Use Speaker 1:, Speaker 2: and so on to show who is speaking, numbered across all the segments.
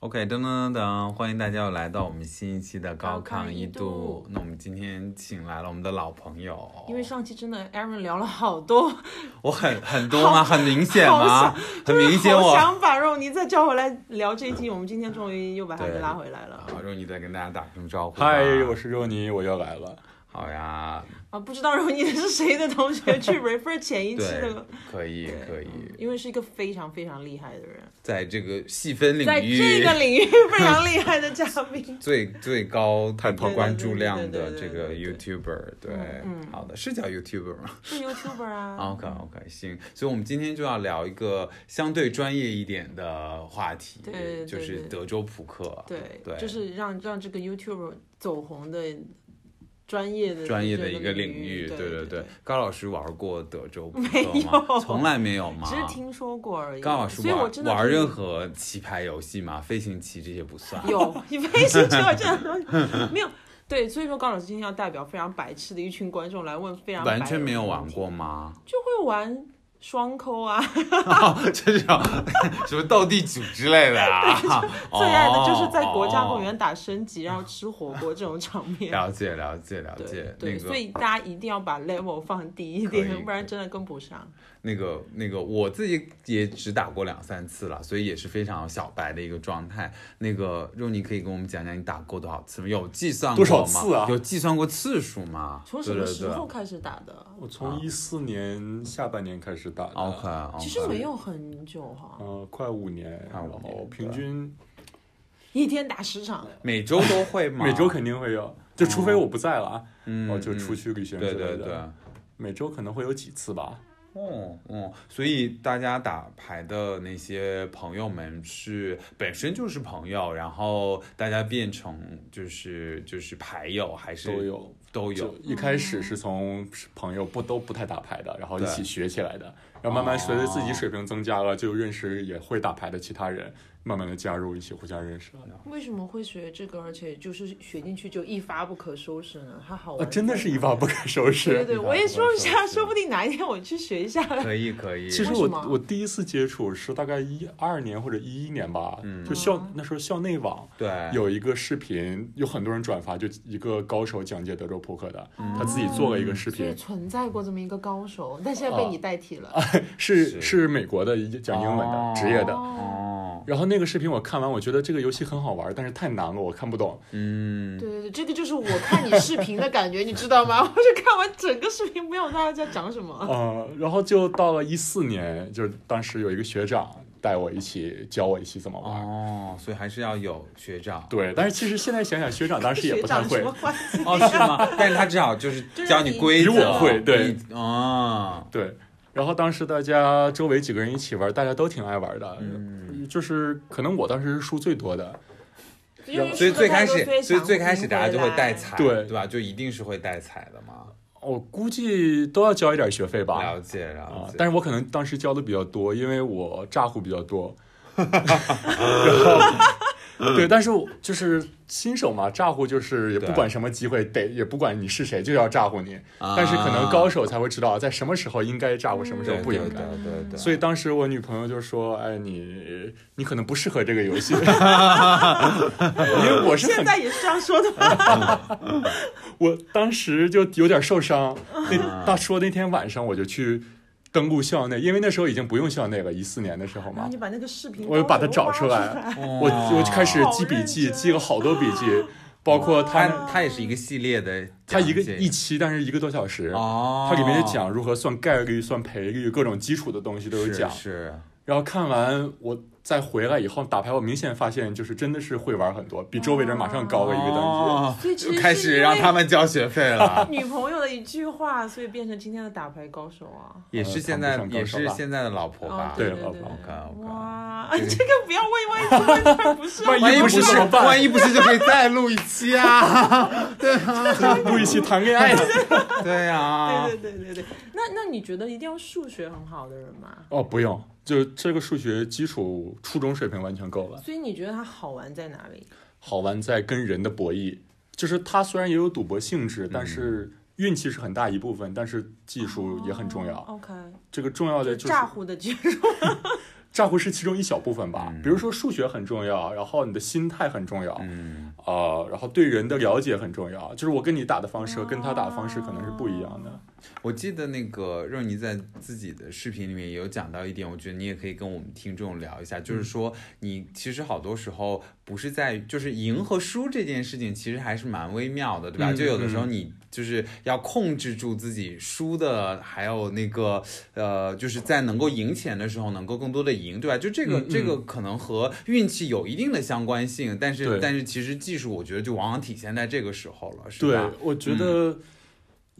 Speaker 1: OK，噔噔噔噔，欢迎大家又来到我们新一期的高
Speaker 2: 高
Speaker 1: 亢
Speaker 2: 亢
Speaker 1: 一
Speaker 2: 一
Speaker 1: 度
Speaker 2: 度。
Speaker 1: 那我们今天请来了我们的老朋友，
Speaker 2: 因为上期真的 Aaron 聊了好多，
Speaker 1: 我 很很多吗？很明显
Speaker 2: 好
Speaker 1: 吗？ 很明显
Speaker 2: 我
Speaker 1: 我。
Speaker 2: 想把肉泥再叫回来聊这一集，我们今天终于又把他
Speaker 1: 对啊
Speaker 2: 给拉回来了。
Speaker 1: 好，让你再跟大家打声招呼吧。
Speaker 3: 嗨，我是肉泥，我又来了。
Speaker 1: 好呀，
Speaker 2: 啊，不知道肉泥是谁的同 学去 refer 前一期
Speaker 1: 对
Speaker 2: 的，，
Speaker 1: 可以可以，
Speaker 2: 因为是一个非常非常厉害的人，
Speaker 1: 在这个细分领
Speaker 2: 在
Speaker 1: 域，。
Speaker 2: 这个领域非常厉害的嘉宾
Speaker 1: 最最高探
Speaker 2: 对对对
Speaker 1: 关注量
Speaker 2: 对
Speaker 1: 的
Speaker 2: 对对
Speaker 1: 这
Speaker 2: 对
Speaker 1: 个
Speaker 2: 对
Speaker 1: YouTuber，对
Speaker 2: 嗯，
Speaker 1: 好的，是叫 YouTuber 吗
Speaker 2: 是 YouTuber 啊，
Speaker 1: ？OK OK，行，所以我们今天就要聊一个相对专业一点的话题
Speaker 2: 对对，对
Speaker 1: 就是
Speaker 2: 对
Speaker 1: 德州扑克，
Speaker 2: 对，
Speaker 1: 对
Speaker 2: 就是让让这个 YouTuber 走红的专业的
Speaker 1: 专业的一
Speaker 2: 这
Speaker 1: 个领
Speaker 2: 领
Speaker 1: 域，
Speaker 2: 对
Speaker 1: 对
Speaker 2: 对。，
Speaker 1: 高老师玩过德州扑
Speaker 2: 没
Speaker 1: 克吗？
Speaker 2: 有
Speaker 1: 从来没有 吗？
Speaker 2: 只是听说过而已，
Speaker 1: 高老师
Speaker 2: 所以我
Speaker 1: 玩
Speaker 2: 真的
Speaker 1: 玩
Speaker 2: 是
Speaker 1: 任何棋牌游戏吗？飞行棋这些不算。
Speaker 2: 有，你为什么这样东西？没有，对，所以说高老师今天要代表非常白痴的一群观众来问非常
Speaker 1: 完
Speaker 2: 白
Speaker 1: 全
Speaker 2: 的
Speaker 1: 没有
Speaker 2: 问
Speaker 1: 玩
Speaker 2: 题，
Speaker 1: 过吗？
Speaker 2: 就会玩双抠啊，
Speaker 1: 这种 什么斗地主之类的啊？
Speaker 2: 最爱的就是在国家
Speaker 1: 哦
Speaker 2: 公园打升级，然后吃火锅这种场面。
Speaker 1: 了解了解了
Speaker 2: 对
Speaker 1: 解，
Speaker 2: 对，
Speaker 1: 那
Speaker 2: 所
Speaker 1: 个
Speaker 2: 以大家一定要把 level 放低一
Speaker 1: 可以
Speaker 2: 点，不然真的跟不上。
Speaker 1: 那个那个，我自己也只打过两三次了，所以也是非常小白的一个状态。那个肉泥可以跟我们讲讲你打过多少次吗？有计算过
Speaker 3: 多
Speaker 1: 吗？
Speaker 3: 少次啊
Speaker 1: 有计算过次数吗？
Speaker 2: 从什么
Speaker 1: 对
Speaker 2: 时
Speaker 1: 哦对
Speaker 2: 候
Speaker 1: 对
Speaker 2: 开始打的？
Speaker 3: 我从一四年下半年开始打的，
Speaker 1: 啊？OK，,
Speaker 3: 嗯、
Speaker 1: o k
Speaker 2: 其实没有很久哈，
Speaker 3: 快五年，
Speaker 1: 快五年
Speaker 3: 然后平均
Speaker 2: 一天打十场，
Speaker 1: 每周都会吗？
Speaker 3: 每周肯定会有，就除非我不在了啊，
Speaker 1: 嗯，
Speaker 3: 然后就
Speaker 1: 嗯
Speaker 3: 出去旅行之
Speaker 1: 对
Speaker 3: 类的，
Speaker 1: 对对。
Speaker 3: 每周可能会有几次吧。
Speaker 1: 哦哦，所以大家打牌的那些朋友们是本身就是朋友，然后大家变成就是就是牌友，还是
Speaker 3: 都有
Speaker 1: 都有
Speaker 3: 就一开始是从朋友不都不太打牌的，然后一起学起来的，然后慢慢随着
Speaker 1: 哦
Speaker 3: 自己水平增加了，就认识也会打牌的其他人，慢慢的加入一起互相认识了。
Speaker 2: 为什么会学这个？而且就是学进去就一发不可收拾呢？它好
Speaker 3: 啊，
Speaker 2: 玩，
Speaker 3: 真的是一发不可收拾。
Speaker 2: 对对，
Speaker 1: 一
Speaker 2: 对，
Speaker 1: 般
Speaker 2: 我也
Speaker 1: 不
Speaker 2: 说
Speaker 1: 会
Speaker 2: 一
Speaker 1: 收
Speaker 2: 下，
Speaker 1: 拾
Speaker 2: 说不定哪一天我去学一 下。
Speaker 1: 可以可以，
Speaker 3: 其实
Speaker 2: 为什
Speaker 3: 我
Speaker 2: 么
Speaker 3: 我第一次接触是大概一二年或者一一年吧，
Speaker 1: 嗯
Speaker 3: 就校那时候校内网
Speaker 1: 对
Speaker 3: 有一个视频，有很多人转发，就一个高手讲解德州扑克的，他自己做了一
Speaker 1: 嗯
Speaker 3: 个视
Speaker 2: 所以
Speaker 3: 频，
Speaker 2: 存在过这么一个高手，但现在被你代替了。
Speaker 1: 是
Speaker 3: 是是美国的一讲英文
Speaker 1: 哦
Speaker 3: 的职业的。
Speaker 2: 哦，
Speaker 1: 哦，
Speaker 3: 然后那个视频我看完，我觉得这个游戏很好玩，但是太难了，我看不懂。
Speaker 1: 嗯，
Speaker 2: 对对对，这个就是我看你视频的感觉，你知道吗？我就看完整个视频，没有大家在讲什么。
Speaker 3: 呃，然后就到了一四年，就是当时有一个学长带我一起教我一起怎么玩。
Speaker 1: 哦，所以还是要有学长。
Speaker 3: 对，但是其实现在想想，学长当时也
Speaker 2: 学
Speaker 3: 不太
Speaker 2: 长什
Speaker 3: 会
Speaker 2: 么。关系？
Speaker 1: 哦，是吗？ 但是他至少就是
Speaker 2: 就是
Speaker 1: 教你
Speaker 2: 你
Speaker 1: 规则，
Speaker 3: 比我会对
Speaker 1: 你，啊，
Speaker 3: 对，然后当时大家周围几个人一起玩，大家都挺爱玩的，
Speaker 1: 嗯
Speaker 3: 就是可能我当时是输最多的，
Speaker 2: 因为
Speaker 1: 所以
Speaker 2: 输
Speaker 1: 最
Speaker 2: 得太
Speaker 1: 开
Speaker 2: 多
Speaker 1: 始，所以最开始大家就会带。
Speaker 2: 想
Speaker 1: 彩，
Speaker 3: 对
Speaker 1: 对吧？就一定是会带彩的嘛。
Speaker 3: 我估计都要交一点学费吧。
Speaker 1: 了解了
Speaker 3: 啊
Speaker 1: 解，，
Speaker 3: 但是我可能当时交的比较多，因为我诈唬比较多。 然后，对，但是我就是新手嘛，诈唬就是也
Speaker 1: 对
Speaker 3: 不管什么机会，得也不管你是谁，就要诈唬你。
Speaker 1: 啊
Speaker 3: 但是可能高手才会知道，在什么时候应该诈唬，什么时候
Speaker 1: 对
Speaker 3: 不
Speaker 1: 对
Speaker 3: 应该。
Speaker 1: 对对啊对，
Speaker 3: 所以当时我女朋友就说：“哎，你你可能不适合这个 游戏，因为我是
Speaker 2: 现
Speaker 3: 很
Speaker 2: 在也是这样说的吗？
Speaker 3: 我当时就有点受
Speaker 1: 啊
Speaker 3: 伤。那他说那天晚上我就去登录校内，因为那时候已经不用校内了，一四年的时候
Speaker 2: 然后
Speaker 3: 嘛
Speaker 2: 啊你，把那个视频，
Speaker 3: 我就把它找
Speaker 2: 出
Speaker 3: 出来，我
Speaker 1: 哦
Speaker 3: 我就开始
Speaker 2: 好
Speaker 3: 记笔记，
Speaker 2: 认真哦
Speaker 3: 记了好多笔记，包括
Speaker 1: 它
Speaker 3: 他
Speaker 1: 它也是一个系列的
Speaker 3: 他
Speaker 1: 哦讲解，
Speaker 3: 一个一期，但是一个多小时。
Speaker 1: 哦，
Speaker 3: 它里面就讲如何算概率、算赔率，各种基础的东西都有
Speaker 1: 是
Speaker 3: 讲。
Speaker 1: 是，
Speaker 3: 然后看完我再回来以后打牌，我明显发现就是真的是会玩很多，比周围人马上高了一个等级。
Speaker 1: 哦
Speaker 2: 所以其实
Speaker 1: 就开
Speaker 2: 是
Speaker 1: 始
Speaker 2: 因
Speaker 1: 让
Speaker 2: 为。
Speaker 1: 他们交学费了
Speaker 2: 女朋友的一句话，所以变成今天的打牌高手啊。
Speaker 1: 也是现在
Speaker 3: 谈不上，高
Speaker 1: 也
Speaker 3: 手
Speaker 1: 是
Speaker 3: 吧
Speaker 1: 现在的老婆吧
Speaker 2: 哦？
Speaker 3: 对
Speaker 2: 对
Speaker 3: 老
Speaker 2: 对
Speaker 3: 婆
Speaker 1: ，OK，OK
Speaker 2: 哇， 这个不要问，万一这问出来不是
Speaker 3: 万
Speaker 2: 我
Speaker 1: 一
Speaker 3: 一不是
Speaker 1: 是
Speaker 3: 怎么，办
Speaker 1: 万一不是就可以再录一期 啊？
Speaker 3: 录一期谈恋爱的。
Speaker 1: 对啊，
Speaker 2: 对对 对对对，那那你觉得一定要数学很好的人吗？
Speaker 3: 哦，不用，就这个数学基础初中水平完全够了。
Speaker 2: 所以你觉得它好玩在哪里？
Speaker 3: 好玩在跟人的博弈，就是它虽然也有赌博性质，但是运气是很大一部分，但是技术也很重要。啊
Speaker 2: OK，
Speaker 3: 这个重要的
Speaker 2: 就
Speaker 3: 就是
Speaker 2: 诈唬的技术。
Speaker 3: 诈会是其中一小部分吧。比如说数学很重要，然后你的心态很重要，
Speaker 1: 嗯，
Speaker 3: 啊，然后对人的了解很重要。就是我跟你打的方式和跟他打的方式可能是不一样
Speaker 1: 哦
Speaker 3: 的。
Speaker 1: 我记得那个肉泥在自己的视频里面也有讲到一点，我觉得你也可以跟我们听众聊一下，
Speaker 3: 嗯
Speaker 1: 就是说你其实好多时候不是在于就是赢和输这件事情，其实还是蛮微妙的，对吧？
Speaker 3: 嗯
Speaker 1: 就有的时候
Speaker 3: 嗯
Speaker 1: 你就是要控制住自己输的，还有那个呃，就是在能够赢钱的时候能够更多的赢，对吧？就这个、
Speaker 3: 嗯嗯
Speaker 1: 这个可能和运气有一定的相关性，但是
Speaker 3: 对
Speaker 1: 但是其实技术我觉得就往往体现在这个时候了，是
Speaker 3: 对
Speaker 1: 吧？，
Speaker 3: 我觉
Speaker 1: 嗯
Speaker 3: 得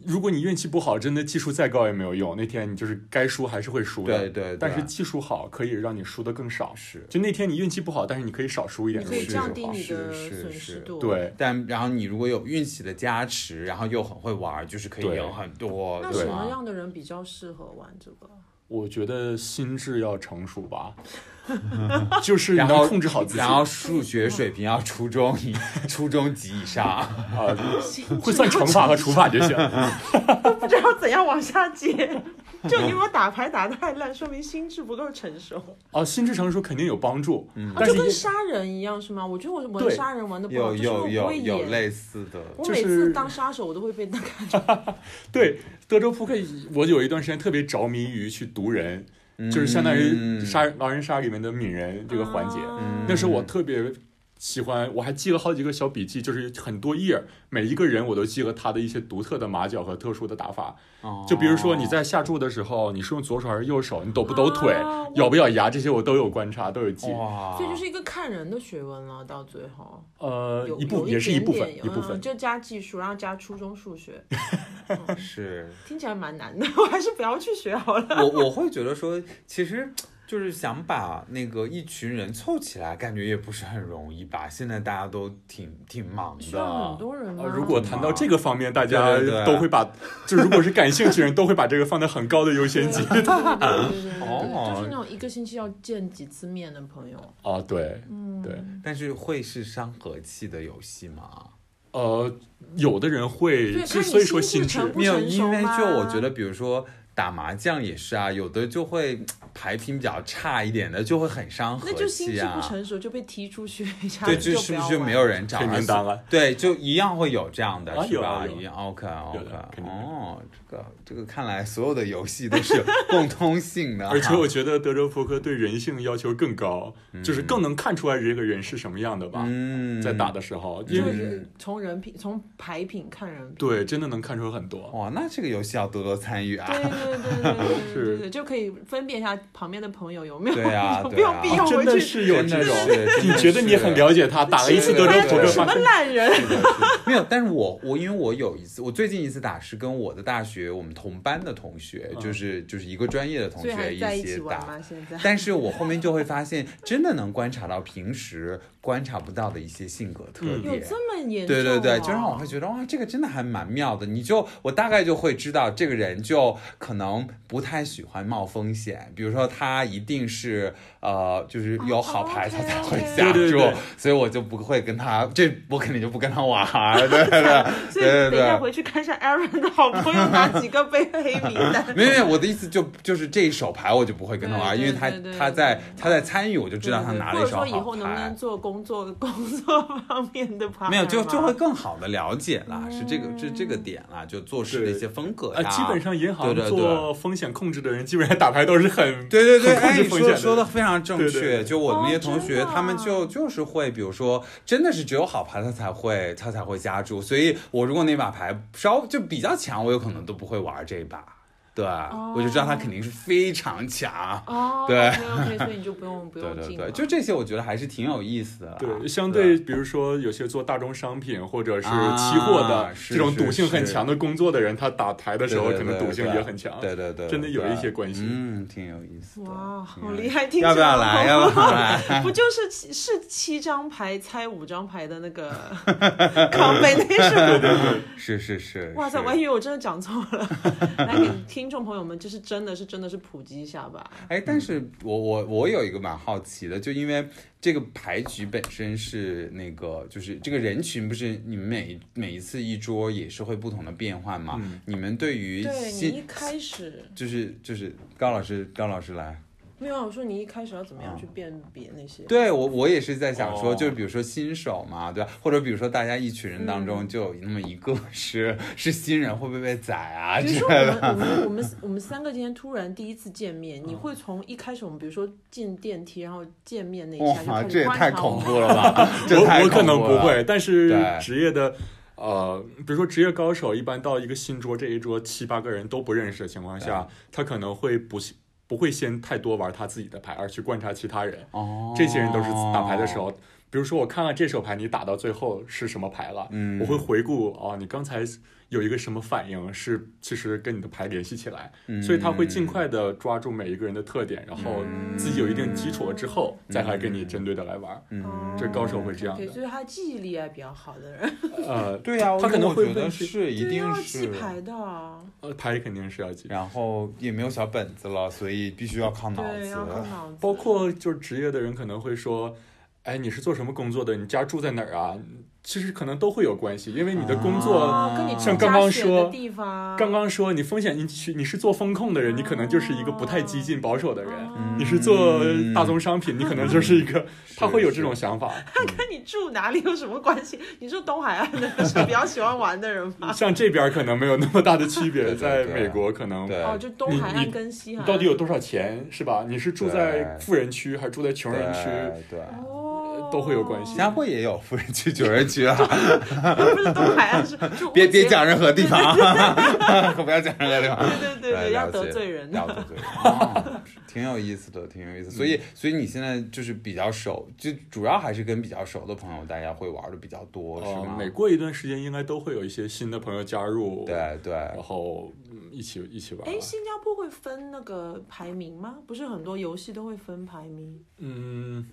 Speaker 3: 如果你运气不好，真的技术再高也没有用。那天你就是该输还是会输的。
Speaker 1: 对对对
Speaker 3: 但是技术好可以让你输的更少。
Speaker 1: 是。
Speaker 3: 就那天你运气不好，但是你可以少输一点，
Speaker 2: 你可以
Speaker 3: 如果
Speaker 2: 降
Speaker 3: 技
Speaker 2: 低
Speaker 3: 术好
Speaker 2: 你
Speaker 1: 是
Speaker 2: 的
Speaker 1: 是
Speaker 2: 损
Speaker 1: 是
Speaker 2: 失度。，
Speaker 3: 对，
Speaker 1: 但然后你如果有运气的加持，然后又很会玩，就是可以
Speaker 3: 对
Speaker 1: 赢很多，
Speaker 2: 那
Speaker 1: 对
Speaker 2: 什么
Speaker 1: 吗？
Speaker 2: 样的人比较适合玩这个？
Speaker 3: 我觉得心智要成熟 吧，就是你
Speaker 1: 然后
Speaker 3: 能控制好自己
Speaker 1: 然后数学水平要初中 以初中级以上，
Speaker 3: 啊， 会算乘法和除法就行。
Speaker 2: 不知道怎样往下接。就你如果打牌打得太烂，说明心智不够成熟。
Speaker 3: 哦，心智成熟肯定有帮助，嗯
Speaker 2: 啊
Speaker 3: 但
Speaker 2: 就是跟
Speaker 3: 也
Speaker 2: 杀人一样是吗？我觉得我玩
Speaker 3: 对
Speaker 2: 杀人玩的不好，
Speaker 1: 有
Speaker 2: 就是我
Speaker 1: 有
Speaker 2: 不
Speaker 1: 有
Speaker 2: 会
Speaker 1: 有
Speaker 2: 演。
Speaker 1: 类似的，
Speaker 2: 我
Speaker 3: 就
Speaker 2: 每
Speaker 3: 是
Speaker 2: 次当杀手，我都会被那个。
Speaker 3: 对德州扑克，我有一段时间特别着迷于去读人，就是相当于
Speaker 1: 嗯
Speaker 3: 杀狼人杀里面的泯人这个环节。嗯
Speaker 2: 啊
Speaker 3: 那时候我特别喜欢，我还记了好几个小笔记，就是很多页儿，每一个人我都记了他的一些独特的马脚和特殊的打法。
Speaker 1: 哦
Speaker 3: 就比如说你在下注的时候，你是用左手还是右手，你抖不抖腿
Speaker 2: 啊，
Speaker 3: 咬不咬牙，这些我都有观察，都有记。
Speaker 1: 哇，
Speaker 2: 所以就是一个看人的学问了，到最后
Speaker 3: 呃
Speaker 2: 有，
Speaker 3: 一部
Speaker 2: 有
Speaker 3: 也是一
Speaker 2: 点
Speaker 3: 部分，
Speaker 2: 点
Speaker 3: 一部
Speaker 2: 嗯
Speaker 3: 分。
Speaker 2: 就加技术，然后加初中数学，
Speaker 1: 是
Speaker 2: 听起来蛮难的，我还是不要去学好了。
Speaker 1: 我我会觉得说，其实就是想把那个一群人凑起来，感觉也不是很容易吧？现在大家都挺挺忙
Speaker 2: 需要很
Speaker 1: 的，
Speaker 2: 多人吗
Speaker 3: 呃，？如果谈到这个方面，大
Speaker 1: 嗯对对对
Speaker 3: 家都会把，就如果是感兴趣的人，都会把这个放在很高的优
Speaker 2: 对啊
Speaker 3: 先级。
Speaker 2: 对对对对对
Speaker 1: 哦
Speaker 2: 对，就是那种一个星期要见几次面的朋友。
Speaker 3: 啊，对，
Speaker 2: 嗯，
Speaker 3: 对，
Speaker 1: 但是会是伤和气的游戏吗？
Speaker 3: 呃，有的人会，
Speaker 2: 对
Speaker 3: 之
Speaker 2: 看你
Speaker 3: 所以说
Speaker 2: 心智
Speaker 3: 心智
Speaker 2: 成不
Speaker 1: 没有，
Speaker 2: 成熟
Speaker 1: 因为
Speaker 2: 吗
Speaker 1: 就我觉得，比如说打麻将也是啊，有的就会牌品比较差一点的，就会很伤和
Speaker 2: 那就心
Speaker 1: 气
Speaker 2: 智不
Speaker 1: 啊。
Speaker 2: 成熟就被踢出去，
Speaker 1: 对，
Speaker 2: 这
Speaker 1: 就是不是就没有人找啊
Speaker 3: 黑名单了？
Speaker 1: 对，就一样会有这样的，
Speaker 3: 啊
Speaker 1: 是
Speaker 3: 有啊
Speaker 1: 吧？
Speaker 3: 有啊
Speaker 1: 一样，OK
Speaker 3: 有
Speaker 1: OK，
Speaker 3: 的肯定有
Speaker 1: 哦，这个这个看来所有的游戏都是有共通性的哈，
Speaker 3: 而且我觉得德州扑克对人性要求更高，就是更能看出来这个人是什么样的吧。
Speaker 1: 嗯
Speaker 3: 在打的时候，
Speaker 2: 就
Speaker 3: 因为
Speaker 2: 是从人品、从牌品看人品。
Speaker 3: 对真的能看出很多。
Speaker 1: 哇，那这个游戏要多多参与啊。
Speaker 2: 对对对对对对对
Speaker 3: 是
Speaker 2: 对，就可以分辨一下旁边的朋友有没有
Speaker 1: 对啊
Speaker 2: 有没
Speaker 1: 对
Speaker 2: 有
Speaker 1: 啊
Speaker 2: 必要
Speaker 3: 真
Speaker 2: 回
Speaker 3: 的
Speaker 2: 去
Speaker 3: 是有
Speaker 1: 真
Speaker 3: 这
Speaker 1: 的
Speaker 3: 种
Speaker 1: 是真的，
Speaker 3: 你觉得你很
Speaker 1: 是
Speaker 3: 了解他，打了一次
Speaker 1: 是
Speaker 3: 德州
Speaker 1: 对
Speaker 3: 扑
Speaker 1: 对
Speaker 3: 克，
Speaker 1: 对
Speaker 2: 什
Speaker 3: 发
Speaker 2: 么
Speaker 3: 现
Speaker 2: 烂人？
Speaker 1: 没有，但是我我因为我有一次，我最近一次打是跟我的大学我们同班的同学，
Speaker 3: 嗯
Speaker 1: 就是就是一个专业的同
Speaker 2: 所以
Speaker 1: 学
Speaker 2: 还在一起
Speaker 1: 起
Speaker 2: 玩
Speaker 1: 打。
Speaker 2: 吗？现在？
Speaker 1: 但是我后面就会发现，真的能观察到平时观察不到的一些性格特
Speaker 3: 嗯
Speaker 2: 有
Speaker 1: 点。
Speaker 2: 这么严重、
Speaker 1: 对
Speaker 2: 哦
Speaker 1: 对对，就让我会觉得哇，这个真的还蛮妙的。你就我大概就会知道，这个人就可能不太喜欢冒风险，比如说他一定是呃，就是有好
Speaker 2: 哦
Speaker 1: 牌他才会下
Speaker 3: 对对
Speaker 1: 注
Speaker 3: 对，
Speaker 1: 所以我就不会跟他，这我肯定就不跟他玩儿，对对 对
Speaker 2: 所以
Speaker 1: 对对
Speaker 2: 等一下
Speaker 1: 对。
Speaker 2: 回去看一下 Aaron 的好朋友哪几个被黑 名单。
Speaker 1: 没有没有，我的意思就就是这一手牌我就不会跟他玩儿，因为
Speaker 2: 对对
Speaker 1: 他
Speaker 2: 对对
Speaker 1: 他在他在参与，我就知道他拿了一手
Speaker 2: 或者说以
Speaker 1: 好
Speaker 2: 后能不
Speaker 1: 牌
Speaker 2: 能。做工作工作方面的 partner
Speaker 1: 没有，就就会
Speaker 2: 吗
Speaker 1: 更好的了解啦，是这个这这个
Speaker 2: 嗯
Speaker 1: 点啦，就做事的一
Speaker 3: 对
Speaker 1: 些风格
Speaker 3: 啊，
Speaker 1: 呀，
Speaker 3: 基本上银行
Speaker 1: 对对对
Speaker 3: 做风险控制的人，基本上打牌都是很
Speaker 1: 对对对，
Speaker 3: 很控
Speaker 1: 哎，
Speaker 3: 制
Speaker 1: 你
Speaker 3: 风
Speaker 1: 说
Speaker 3: 险
Speaker 1: 说
Speaker 3: 的
Speaker 1: 的非常正
Speaker 3: 对对
Speaker 1: 确。
Speaker 3: 对
Speaker 1: 就我
Speaker 2: 哦
Speaker 1: 那些
Speaker 2: 真
Speaker 1: 同学，
Speaker 2: 的
Speaker 1: 他们就就是会，比如说，真的是只有好牌他才会他才会加注。所以我如果那把牌稍就比较强，我有可能都不会玩这一把。对，我就知道他肯定是非常强。
Speaker 2: 哦，
Speaker 1: 对
Speaker 2: OK OK，所以你就不用不
Speaker 1: 对
Speaker 2: 用 啊
Speaker 1: 对
Speaker 2: 进
Speaker 1: 对，
Speaker 2: 了
Speaker 1: 就这些，我觉得还是挺有意思的啦。
Speaker 3: 对，相对比如说有些做大宗商品或者是期货
Speaker 1: 啊
Speaker 3: 的
Speaker 1: 是
Speaker 3: 这种
Speaker 1: 是
Speaker 3: 赌性很
Speaker 1: 是
Speaker 3: 强的工作的人，他打牌的时候
Speaker 1: 对对
Speaker 3: 可能
Speaker 1: 对
Speaker 3: 赌性
Speaker 1: 对
Speaker 3: 也很强。
Speaker 1: 对对对，
Speaker 3: 真的有
Speaker 1: 对
Speaker 3: 一些关系
Speaker 1: 嗯，挺有意思的。
Speaker 2: 哇，
Speaker 1: 挺有
Speaker 2: 好
Speaker 1: 意
Speaker 2: 厉
Speaker 1: 思
Speaker 2: 害！听
Speaker 1: 嗯要不
Speaker 2: 起来
Speaker 1: 要来？
Speaker 2: 好啊
Speaker 1: 要不要来？
Speaker 2: 不就是七是七张牌猜五张牌的那个 combination 吗？
Speaker 1: 是是是。
Speaker 2: 哇塞，
Speaker 1: 是
Speaker 2: 我还以为我真的讲错了。来给听众朋友们，就是真的是真的是普及一下吧。
Speaker 1: 哎，但是我我我有一个蛮好奇的，就因为这个牌局本身是那个，就是这个人群不是你们每每一次一桌也是会不同的变换嘛？
Speaker 3: 嗯
Speaker 1: 你们对于
Speaker 2: 对你
Speaker 1: 新
Speaker 2: 一开始
Speaker 1: 就是就是高老师高老师来，
Speaker 2: 没有啊，我说你一开始要怎么
Speaker 1: 啊
Speaker 2: 样去辨别那些？
Speaker 1: 对我，我也是在想说，
Speaker 3: 哦
Speaker 1: 就是比如说新手嘛，对吧？或者比如说大家一群人当中
Speaker 2: 嗯
Speaker 1: 就有那么一个是是新人，会不会被宰啊
Speaker 2: 比
Speaker 1: 之
Speaker 2: 如说
Speaker 1: 类的？
Speaker 2: 我们我们我们我们三个今天突然第一次见面，
Speaker 1: 嗯
Speaker 2: 你会从一开始我们比如说进电梯，然后见面那一下就
Speaker 1: 哇，
Speaker 2: 开
Speaker 1: 这
Speaker 2: 始
Speaker 1: 也
Speaker 2: 观
Speaker 1: 太
Speaker 2: 察我
Speaker 1: 恐
Speaker 2: 们。
Speaker 1: 怖了吧！ 这
Speaker 3: 我
Speaker 1: 太
Speaker 3: 我可能
Speaker 1: 恐怖
Speaker 3: 不
Speaker 1: 了
Speaker 3: 会，但是
Speaker 1: 对
Speaker 3: 职业的，呃，比如说职业高手，一般到一个新桌，这一桌七八个人都不认识的情况下，他可能会不是不会先太多玩他自己的牌，而去观察其他人。
Speaker 1: 哦，
Speaker 3: 这些人都是打牌的时候，比如说我看了这手牌，你打到最后是什么牌了，
Speaker 1: 嗯
Speaker 3: 我会回顾哦，你刚才有一个什么反应是其实跟你的牌联系起来，
Speaker 1: 嗯，
Speaker 3: 所以他会尽快的抓住每一个人的特点，然后自己有一定基础了之后，再来跟你针对的来玩。
Speaker 1: 嗯。
Speaker 3: 这高手会这样
Speaker 2: 对，
Speaker 3: 的，
Speaker 2: 所以他记忆力还比较好的人，
Speaker 3: 呃，
Speaker 1: 对啊呀、我
Speaker 3: 他可能
Speaker 1: 我
Speaker 3: 会
Speaker 1: 觉得
Speaker 3: 问是
Speaker 1: 是，一
Speaker 2: 对
Speaker 1: 定
Speaker 2: 要
Speaker 1: 是
Speaker 2: 记。牌的啊，
Speaker 3: 呃，牌肯定是要记，
Speaker 1: 然后也没有小本子了，所以必须要靠脑
Speaker 2: 对，
Speaker 1: 子。
Speaker 2: 要靠脑子。
Speaker 3: 包括就是职业的人可能会说，哎，你是做什么工作的？你家住在哪儿啊？其实可能都会有关系，因为你的工作、
Speaker 1: 哦
Speaker 2: 啊，跟你出
Speaker 3: 像刚刚
Speaker 2: 家选的
Speaker 3: 说
Speaker 2: 地方，
Speaker 3: 刚刚说你风险，你去你是做风控的人，你可能就是一个不太激进保守的人。
Speaker 2: 啊
Speaker 1: 嗯
Speaker 3: 你是做大宗商品，你可能就是一个，
Speaker 1: 是
Speaker 3: 他会有这种想法。
Speaker 2: 跟你住哪里有什么关系？你说东海岸的是比较喜欢玩的人 吗？
Speaker 3: 像这边儿可能没有那么大的区
Speaker 1: 对
Speaker 3: 别，
Speaker 1: 对
Speaker 3: 在
Speaker 1: 对
Speaker 3: 美国可能
Speaker 1: 对，
Speaker 2: 哦，就东海岸跟西海
Speaker 3: 你
Speaker 2: 岸。
Speaker 3: 到底有多少钱是吧？你是住在
Speaker 1: 对
Speaker 3: 富人区还是住在穷人区？
Speaker 1: 对对。
Speaker 2: 哦
Speaker 3: 都会有关系
Speaker 1: 新加坡也有富人区、九人区啊，
Speaker 2: 哦 不是东海岸是住
Speaker 1: 别别讲任何地方啊， 可不要讲任何地方。哎
Speaker 2: 对 对对对，要得罪人
Speaker 1: 要
Speaker 2: 的。
Speaker 1: 得罪人， 哦挺有意思的，挺有意思。所
Speaker 3: 嗯
Speaker 1: 以，所以你现在就是比较熟，就主要还是跟比较熟的朋友，大家会玩的比较多，是
Speaker 3: 呃
Speaker 1: 吗，？
Speaker 3: 每过一段时间应该都会有一些新的朋友加入，，
Speaker 1: 对对
Speaker 3: 然，后嗯一起一起玩。
Speaker 2: 哎，新加坡会分那个排名吗？不是很多游戏都会分排名。
Speaker 3: 嗯，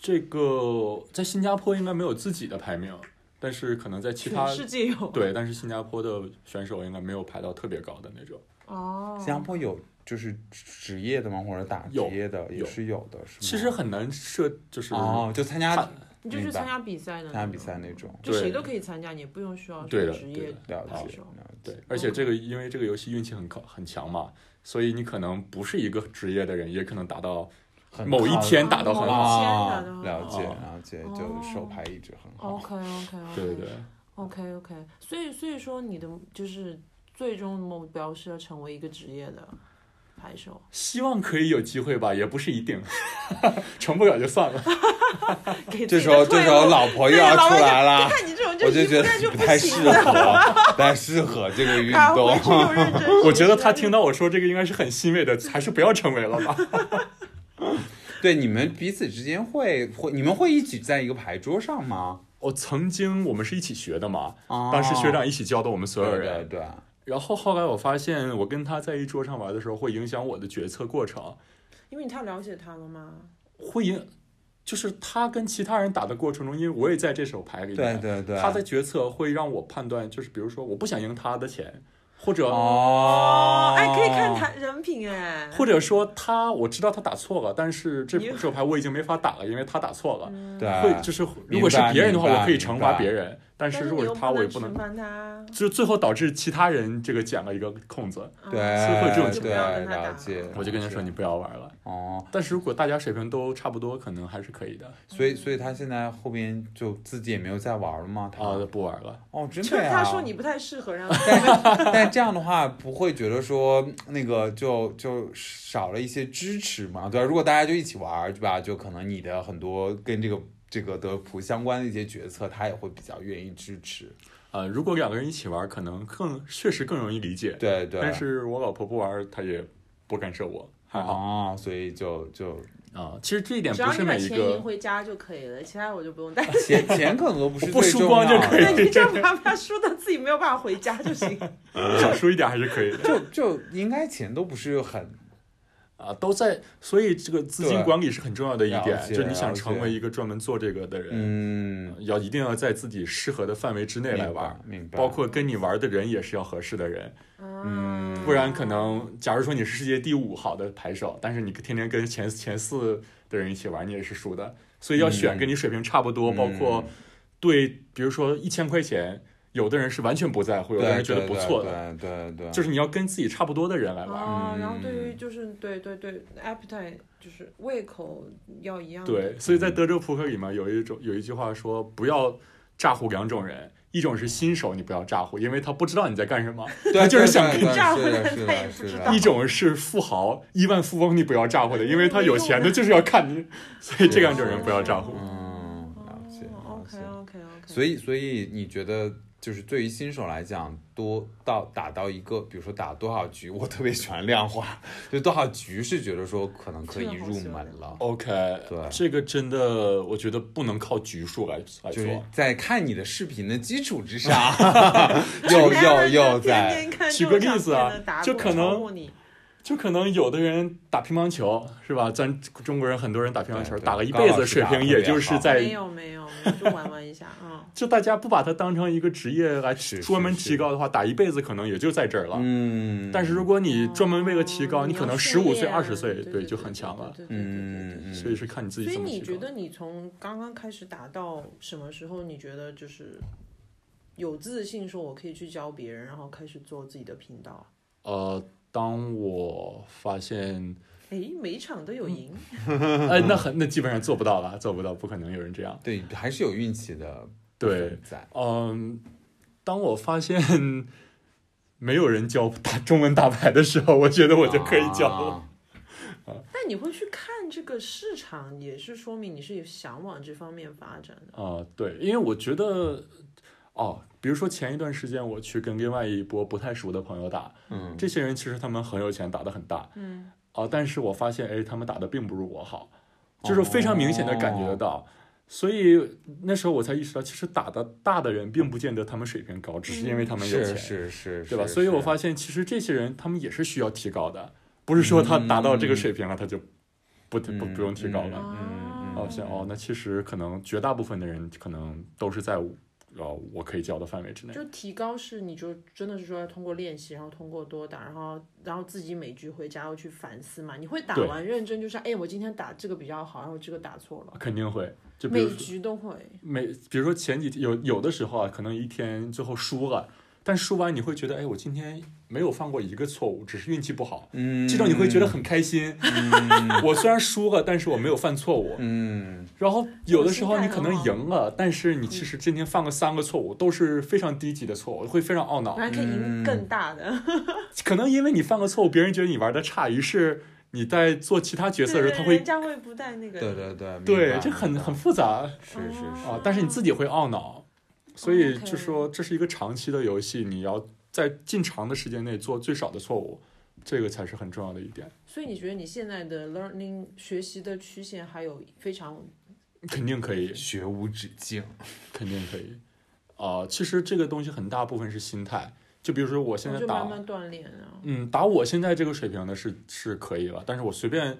Speaker 3: 这个在新加坡应该没有自己的排名，但是可能在其他
Speaker 2: 全世界有
Speaker 3: 对，但是新加坡的选手应该没有排到特别高的那种。
Speaker 2: 哦，
Speaker 1: 新加坡有就是职业的吗？或者打职
Speaker 3: 有
Speaker 1: 业的也
Speaker 3: 有
Speaker 1: 是有的，是吗？
Speaker 3: 其实很难设，就是、
Speaker 1: 哦，就参加
Speaker 3: 看
Speaker 2: 你就去参加比赛的，
Speaker 1: 参加比赛，那种，
Speaker 2: 就
Speaker 3: 对
Speaker 2: 谁都可以参加，你也不用需要
Speaker 3: 对
Speaker 2: 说
Speaker 3: 的
Speaker 2: 职
Speaker 3: 对
Speaker 2: 业
Speaker 3: 的
Speaker 1: 了解
Speaker 2: 好
Speaker 1: 了解。
Speaker 3: 对，而且这个因为这个游戏运气很高很强嘛，所以你可能不是一个职业的人，也可能达到
Speaker 1: 很
Speaker 3: 某一
Speaker 1: 好
Speaker 3: 天打到很好。
Speaker 1: 啊
Speaker 2: 哦某一天打到很好
Speaker 1: 了解
Speaker 3: 哦
Speaker 1: 了解，就手牌一直很好。
Speaker 2: OK OK OK，
Speaker 3: 对对
Speaker 1: 哦
Speaker 3: 对。
Speaker 2: OK OK，所以所以说你的就是最终的目标是要成为一个职业的拍手，
Speaker 3: 希望可以有机会吧，也不是一定， 成不了就算了。
Speaker 2: 给
Speaker 1: 这
Speaker 2: 自己
Speaker 1: 时
Speaker 2: 的
Speaker 1: 候，
Speaker 2: 退
Speaker 1: 这
Speaker 2: 路
Speaker 1: 时候老 婆又
Speaker 2: 对
Speaker 1: 要
Speaker 2: 老
Speaker 1: 出
Speaker 2: 外就
Speaker 1: 来了，
Speaker 2: 看你这种
Speaker 1: 我
Speaker 2: 就
Speaker 1: 就
Speaker 2: 应
Speaker 1: 觉得
Speaker 2: 该就
Speaker 1: 不
Speaker 2: 不
Speaker 1: 太
Speaker 2: 行
Speaker 1: 适
Speaker 2: 了，
Speaker 1: 合， 不太适合这个运
Speaker 2: 然后 回去
Speaker 1: 动。
Speaker 2: 又认真学习。
Speaker 3: 我觉得他听到我说这个应该是很欣慰的，还是不要成为了吧。
Speaker 1: 对，你们彼此之间会会，你们会一起在一个牌桌上吗？
Speaker 3: 我曾经我们是一起学的嘛，
Speaker 1: 哦
Speaker 3: 当时学长一起教的我们所有
Speaker 1: 对
Speaker 3: 人。
Speaker 1: 对对，
Speaker 3: 然后后来我发现，我跟他在一桌上玩的时候，会影响我的决策过程，
Speaker 2: 因为你太了解他了嘛，
Speaker 3: 会影，就是他跟其他人打的过程中，因为我也在这手牌里
Speaker 1: 对
Speaker 3: 面，
Speaker 1: 对对，
Speaker 3: 他的决策会让我判断，就是比如说我不想赢他的钱，或者、
Speaker 1: 哦，
Speaker 2: 哎，可以看他人品哎，
Speaker 3: 或者说他我知道他打错了，但是这
Speaker 2: 你嗯
Speaker 3: 这手牌我已经没法打了，因为他打错了。会
Speaker 1: 哦对，
Speaker 3: 就是如果是别人的话，
Speaker 1: 哎明白
Speaker 3: 我可以惩罚
Speaker 1: 明白
Speaker 3: 别人，
Speaker 2: 但
Speaker 3: 但是
Speaker 2: 是
Speaker 3: 如果
Speaker 2: 你
Speaker 3: 是
Speaker 2: 又
Speaker 3: 他，我也不
Speaker 2: 能
Speaker 3: 能
Speaker 2: 惩，罚他，
Speaker 3: 就最后导致其他人这个捡了一个空子，
Speaker 2: 嗯
Speaker 1: 对，
Speaker 3: 是会有这种情
Speaker 1: 对，
Speaker 2: 况就不要跟他
Speaker 1: 了
Speaker 2: 打
Speaker 1: 解。
Speaker 3: 我就跟他说
Speaker 1: 了
Speaker 3: 你
Speaker 1: 解
Speaker 3: 不要玩了。
Speaker 1: 哦，
Speaker 3: 但是如果大家水平都差不多，可能还是可以的。
Speaker 1: 所以所以他现在后边就自己也没有再玩了吗？他
Speaker 3: 啊，不玩了。
Speaker 1: 哦，真
Speaker 2: 就
Speaker 1: 的
Speaker 2: 是
Speaker 1: 呀？
Speaker 2: 他说你不太适合，然后
Speaker 1: 但这样的话，不会觉得说那个就就少了一些支持嘛，对吧？如果大家就一起玩儿，对吧？就可能你的很多跟这个这个德普相关的一些决策，他也会比较愿意支持。
Speaker 3: 呃，如果两个人一起玩，可能更确实更容易理解。
Speaker 1: 对对。
Speaker 3: 但是我老婆不玩，她也不干涉我，还好啊、
Speaker 1: 啊，所以就就
Speaker 3: 其实这一点
Speaker 2: 只
Speaker 3: 不
Speaker 2: 要
Speaker 3: 是
Speaker 2: 你把
Speaker 3: 每一
Speaker 2: 钱赢
Speaker 3: 个，
Speaker 2: 回家就可以了，其他我就不用担心。
Speaker 1: 钱钱可能不是
Speaker 3: 我不
Speaker 1: 最
Speaker 3: 输
Speaker 1: 重
Speaker 3: 光就
Speaker 1: 要的
Speaker 3: 可以
Speaker 2: 对，你就把他输的自己没有办法回家就 行。
Speaker 3: 少输一点还是可以的
Speaker 1: 就就应该钱都不是很
Speaker 3: 啊，都在。所以这个资金
Speaker 1: 对
Speaker 3: 管理是很重要的一
Speaker 1: 了
Speaker 3: 点，
Speaker 1: 解
Speaker 3: 就你想
Speaker 1: 了
Speaker 3: 成
Speaker 1: 解
Speaker 3: 为一个专门做这个的人，
Speaker 1: 嗯，
Speaker 3: 要一定要在自己适合的范围之内来玩。
Speaker 1: 明白，明白，
Speaker 3: 包括跟你玩的人也是要合适的人，
Speaker 2: 嗯
Speaker 3: 不然可能，假如说你是世界第五好的牌手，但是你天天跟前前四的人一起玩，你也是输的。所以要选
Speaker 1: 嗯
Speaker 3: 跟你水平差不多，包括
Speaker 1: 嗯
Speaker 3: 对，比如说一千块钱，有的人是完全不在乎，有的人觉得不错的，
Speaker 1: 的，对对对，
Speaker 3: 就是你要跟自己差不多的人来玩。
Speaker 2: 啊，然后对于就是对对对，appetite 就是胃口要一样的。
Speaker 3: 对，所以
Speaker 1: 嗯
Speaker 3: 在德州扑克里面有一种有一句话说，不要诈唬两种人，一种是新手，你不要诈唬，因为他不知道你在干什么；
Speaker 1: 对，
Speaker 3: 就是想
Speaker 1: 跟
Speaker 3: 跟
Speaker 1: 你
Speaker 2: 炸
Speaker 1: 是的，
Speaker 2: 但
Speaker 1: 是
Speaker 2: 他也
Speaker 1: 的，
Speaker 2: 不
Speaker 1: 是
Speaker 2: 知
Speaker 1: 的
Speaker 2: 道
Speaker 3: 一种是富豪、亿万富翁，你不要诈唬的，因为他有钱的就是要看你，所以这两种人不要诈唬。
Speaker 1: 嗯，了解
Speaker 2: 哦
Speaker 1: 了
Speaker 2: ，OK
Speaker 1: 解。
Speaker 2: OK OK。
Speaker 1: 所以，所以你觉得，就是对于新手来讲，多到打到一个，比如说打多少局，我特别喜欢量化，就多少局是觉得说可能可以入门了，
Speaker 3: OK，
Speaker 1: 对
Speaker 3: 这个真的我觉得不能靠局数来来
Speaker 1: 就是
Speaker 3: 做。
Speaker 1: 在看你的视频的基础之 上，
Speaker 2: 哎
Speaker 1: 又又又在，
Speaker 3: 举个例子啊就可能
Speaker 2: 你
Speaker 3: 就可能有的人打乒乓球是吧？咱中国人很多人打乒乓球
Speaker 1: 对对
Speaker 3: 打了一辈
Speaker 1: 高老
Speaker 3: 子，
Speaker 1: 师
Speaker 3: 水
Speaker 1: 打得
Speaker 3: 平
Speaker 1: 特
Speaker 3: 也
Speaker 1: 别
Speaker 3: 就是
Speaker 1: 好
Speaker 3: 在
Speaker 2: 没有没有没有，就玩玩一下，嗯，
Speaker 3: 就大家不把它当成一个职业来
Speaker 1: 是是
Speaker 3: 专门
Speaker 1: 是
Speaker 3: 提高的话，打一辈子可能也就在这儿了。
Speaker 1: 嗯，
Speaker 3: 但是如果 你专门为了提高，
Speaker 2: 哦
Speaker 3: 你可能
Speaker 2: 要
Speaker 3: 十
Speaker 2: 训
Speaker 3: 五岁、
Speaker 2: 练
Speaker 3: 二十岁，
Speaker 2: 对，
Speaker 3: 就很强了。
Speaker 2: 对对对对对
Speaker 1: 嗯
Speaker 2: 对
Speaker 1: 嗯，
Speaker 3: 所以是看你自
Speaker 2: 对。
Speaker 3: 己
Speaker 2: 所以
Speaker 3: 怎么
Speaker 2: 你
Speaker 3: 提
Speaker 2: 觉
Speaker 3: 高。
Speaker 2: 得你从刚刚开始打到什么时候？你觉得就是有自信，说我可以去教别人，然后开始做自己的频道？啊
Speaker 3: 呃，当我发现，
Speaker 2: 哎，每一场都
Speaker 3: 嗯
Speaker 2: 有赢，
Speaker 3: 哎，那很那基本上做不到了，做不到，不可能有人这样。
Speaker 1: 对，还是有运气的，
Speaker 3: 对，
Speaker 1: 在，
Speaker 3: 嗯，当我发现没有人教打中文打牌的时候，我觉得我就可以教了。
Speaker 1: 啊
Speaker 2: 但你会去看这个市场，也是说明你是想往这方面发展的。
Speaker 3: 啊、对，因为我觉得，哦，比如说前一段时间我去跟另外一波不太熟的朋友打，
Speaker 1: 嗯，
Speaker 3: 这些人其实他们很有钱，打得很大，
Speaker 2: 嗯，
Speaker 3: 啊、但是我发现，哎，他们打的并不如我好，
Speaker 1: 哦
Speaker 3: 就是非常明显的感觉得到。所以那时候我才意识到，其实打的大的人并不见得他们水平高，只是因为他们有
Speaker 1: 是
Speaker 3: 钱，
Speaker 1: 是是，
Speaker 3: 对吧？
Speaker 1: 是
Speaker 3: 所以我
Speaker 1: 是
Speaker 3: 发现，其实这些人他们也是需要提高的，不是说他达到这个水平了，他就不不不用提高
Speaker 1: 嗯
Speaker 3: 了。
Speaker 1: 嗯嗯
Speaker 3: 哦，像哦，那其实可能绝大部分的人可能都是在呃我可以教的范围之内。
Speaker 2: 就提高是，你就真的是说要通过练习，然后通过多打，然后然后自己每局回家要去反思嘛。你会打
Speaker 3: 对
Speaker 2: 完认真，就是哎，我今天打这个比较好，然后我这个打错了，
Speaker 3: 肯定会，就比
Speaker 2: 每
Speaker 3: 如说。
Speaker 2: 局都会。
Speaker 3: 每比如说前几天有有的时候啊，可能一天最后输了，但输完你会觉得，哎，我今天没有犯过一个错误，只是运气不好。
Speaker 1: 嗯，
Speaker 3: 这种你会觉得很开心。 我虽然输了，但是我没有犯错误。
Speaker 1: 嗯，
Speaker 3: 然后有的时候
Speaker 2: 这种心态
Speaker 3: 你可
Speaker 2: 很
Speaker 3: 能
Speaker 2: 好
Speaker 3: 赢了，但是你其实今天犯了三个错误，都是非常低级的错误，会非常懊恼。
Speaker 2: 然后可以赢更大的，
Speaker 3: 可能因为你犯了错误，别人觉得你玩的差，于是你在做其他角
Speaker 2: 对
Speaker 3: 色的 时候，他
Speaker 2: 人
Speaker 3: 会
Speaker 2: 家会不带那个。
Speaker 1: 对对对，明
Speaker 3: 对
Speaker 1: 白
Speaker 3: 这很
Speaker 1: 明白
Speaker 3: 很复杂。
Speaker 1: 是是是，
Speaker 3: 啊，但是你自己会懊恼，所以
Speaker 2: 嗯 OK
Speaker 3: 就说这是一个长期的游戏，你要在尽长的时间内做最少的错误，这个才是很重要的一点。
Speaker 2: 所以你觉得你现在的 learning 学习的曲线还有非常
Speaker 3: 肯定可以，
Speaker 1: 学无止境，
Speaker 3: 肯定可以。啊、其实这个东西很大部分是心态，就比如说我现在
Speaker 2: 哦就
Speaker 3: 打，
Speaker 2: 慢慢锻炼啊。
Speaker 3: 嗯，打我现在这个水平的是是可以了，但是我随便。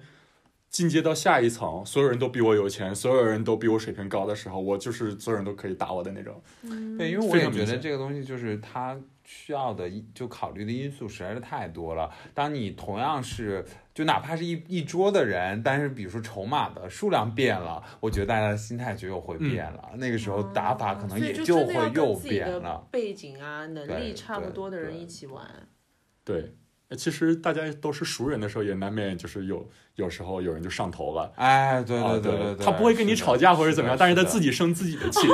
Speaker 3: 进阶到下一层，所有人都比我有钱，所有人都比我水平高的时候，我就是所有人都可以打我的那种。
Speaker 2: 嗯
Speaker 1: 对，因为我
Speaker 3: 非
Speaker 1: 也
Speaker 3: 常
Speaker 1: 觉
Speaker 3: 明
Speaker 1: 得
Speaker 3: 显
Speaker 1: 这个东西就是它需要的因就考虑的因素实在是太多了。当你同样是就哪怕是一一桌的人，但是比如说筹码的数量变了，我觉得大家的心态就又会
Speaker 3: 嗯
Speaker 1: 变了。那个时候打法可能
Speaker 2: 哦所以
Speaker 1: 也
Speaker 2: 就真的
Speaker 1: 会
Speaker 2: 要跟
Speaker 1: 又
Speaker 2: 自己
Speaker 1: 变
Speaker 2: 的
Speaker 1: 了。
Speaker 2: 背景啊、能
Speaker 1: 对
Speaker 2: 力差不
Speaker 1: 对
Speaker 2: 多的人
Speaker 1: 对
Speaker 2: 一起玩。
Speaker 3: 对，呃其实大家都是熟人的时候，也难免就是有有时候有人就上头了。
Speaker 1: 哎，对
Speaker 3: 啊
Speaker 1: 对对对对，
Speaker 3: 他不会跟你
Speaker 1: 是的
Speaker 3: 吵架或者怎么样，但是他自
Speaker 1: 己，
Speaker 3: 己生自己 的气。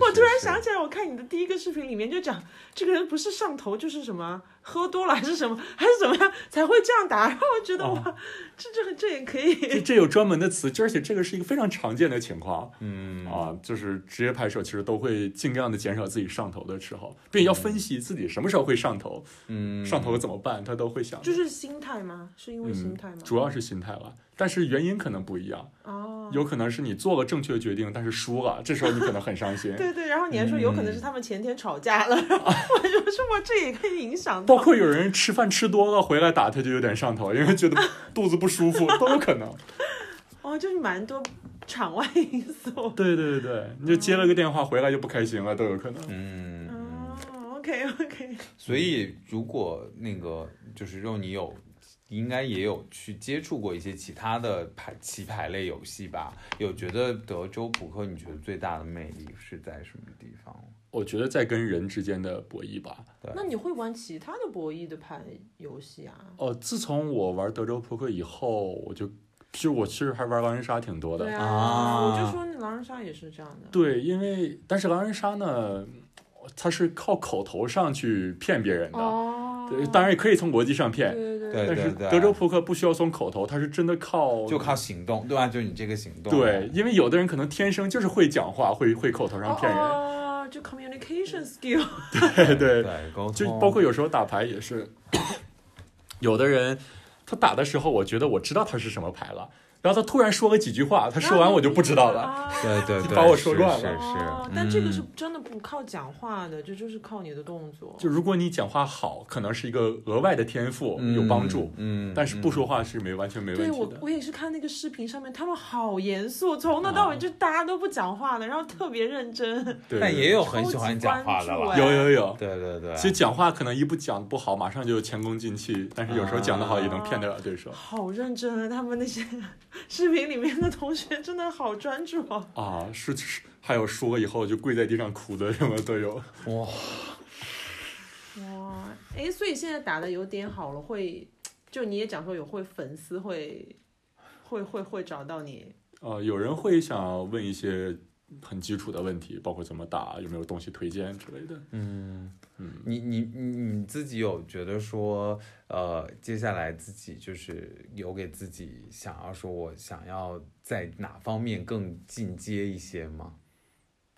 Speaker 2: 我突然
Speaker 1: 想
Speaker 2: 想起来，我看你的第一个视频里面就讲，这个人不是上头就是什么喝多了还是什么还是怎么样才会这样打，然后我觉得
Speaker 3: 哦
Speaker 2: 哇，这这这也可以。
Speaker 3: 这这有专门的词，而且这个是一个非常常见的情况
Speaker 1: 嗯，
Speaker 3: 啊，就是职业拍手其实都会尽量的减少自己上头的时候，并且要分析自己什么时候会上头，
Speaker 1: 嗯，
Speaker 3: 上头怎么办，他都会想。
Speaker 2: 就是心态吗？是因为心
Speaker 3: 嗯
Speaker 2: 态吗，？
Speaker 3: 主要是心态了，但是原因可能不一样，
Speaker 2: 哦，
Speaker 3: 有可能是你做了正确决定，但是输了，这时候你可能很伤心。
Speaker 2: 对对，然后你还说有可
Speaker 3: 嗯
Speaker 2: 能是他们前天吵架了，然后我就说哇，这也可以影响
Speaker 3: 包
Speaker 2: 到。
Speaker 3: 括有人吃饭吃多了回来打，他就有点上头，因为觉得肚子不舒服，都 有可能。
Speaker 2: 哦，就是蛮多场外因素。
Speaker 3: 对对对对，你就接了个电话回来就不开心了，都有可能。
Speaker 1: 嗯。
Speaker 2: 哦，OK OK，
Speaker 1: 所以，如果那个就是肉，你有应该也有去接触过一些其他的牌棋牌类游戏吧？有觉得德州扑克你觉得最大的魅力是在什么地方？
Speaker 3: 我觉得在跟人之间的博弈吧。
Speaker 1: 对
Speaker 2: 那你会玩其他的博弈的牌游戏啊？
Speaker 3: 哦，自从我玩德州扑克以后，我就其实我其实还玩狼人杀挺多的。
Speaker 2: 对
Speaker 1: 啊
Speaker 2: 我就说那狼人杀也是这样的。
Speaker 3: 对，因为但是狼人杀呢，它是靠口头上去骗别人的，
Speaker 2: 哦，
Speaker 3: 对，当然也可以从逻辑上骗。
Speaker 2: 对对
Speaker 1: 对
Speaker 3: 但是
Speaker 1: 对
Speaker 3: 德州扑克不需要从口头，它是真的靠
Speaker 1: 就靠行动，对吧？就你这个行动，
Speaker 3: 对，，因为有的人可能天生就是会讲话，会会口头上骗人，
Speaker 2: 哦，就 communication skill，
Speaker 3: 对
Speaker 1: 对
Speaker 3: 对，
Speaker 1: 沟通，
Speaker 3: 就包括有时候打牌也是，有的人他打的时候，我觉得我知道他是什么牌了，然后他突然说了几句话，他 说完我就不知道了。
Speaker 2: 啊
Speaker 1: 对对
Speaker 3: 就
Speaker 1: 对，
Speaker 3: 把我说
Speaker 1: 是
Speaker 3: 乱
Speaker 1: 是
Speaker 3: 了
Speaker 2: 哦
Speaker 1: 是，
Speaker 2: 但这个是
Speaker 1: 嗯
Speaker 2: 真的不靠讲话的，这就是靠你的动作。
Speaker 3: 就如果你讲话好，可能是一个额外的天赋，
Speaker 1: 嗯
Speaker 3: 有帮助。
Speaker 1: 嗯，
Speaker 3: 但是不
Speaker 1: 嗯
Speaker 3: 说话是没完全没问
Speaker 2: 对
Speaker 3: 题
Speaker 2: 我，
Speaker 3: 的。
Speaker 2: 我也是看那个视频上面，他们好严肃，从头
Speaker 1: 啊
Speaker 2: 到尾就大家都不讲话的，然后特别认真。
Speaker 3: 对，
Speaker 1: 但也有很
Speaker 2: 超
Speaker 1: 喜
Speaker 2: 级
Speaker 1: 欢讲
Speaker 2: 关
Speaker 1: 话的
Speaker 2: 注
Speaker 1: 了，
Speaker 2: 哎
Speaker 3: 有有有。
Speaker 1: 对对对，
Speaker 3: 其实讲话可能一不讲不好，马上就前功尽弃。但是有时候讲得好，也能骗得了对手
Speaker 2: 好认真啊！他们那些视频里面的同学真的好专注哦。
Speaker 3: 啊。是是，还有说了以后就跪在地上哭的，什么都有。
Speaker 2: 哎
Speaker 1: 哇，
Speaker 2: 哇，哎，所以现在打的有点好了，会就你也讲说有会粉丝会会会会找到你，
Speaker 3: 呃，有人会想问一些很基础的问题，包括怎么打，有没有东西推荐之类的。
Speaker 1: 嗯
Speaker 3: 嗯，
Speaker 1: 你你你你自己有觉得说，呃，接下来自己就是有给自己想要说，我想要在哪方面更进阶一些吗？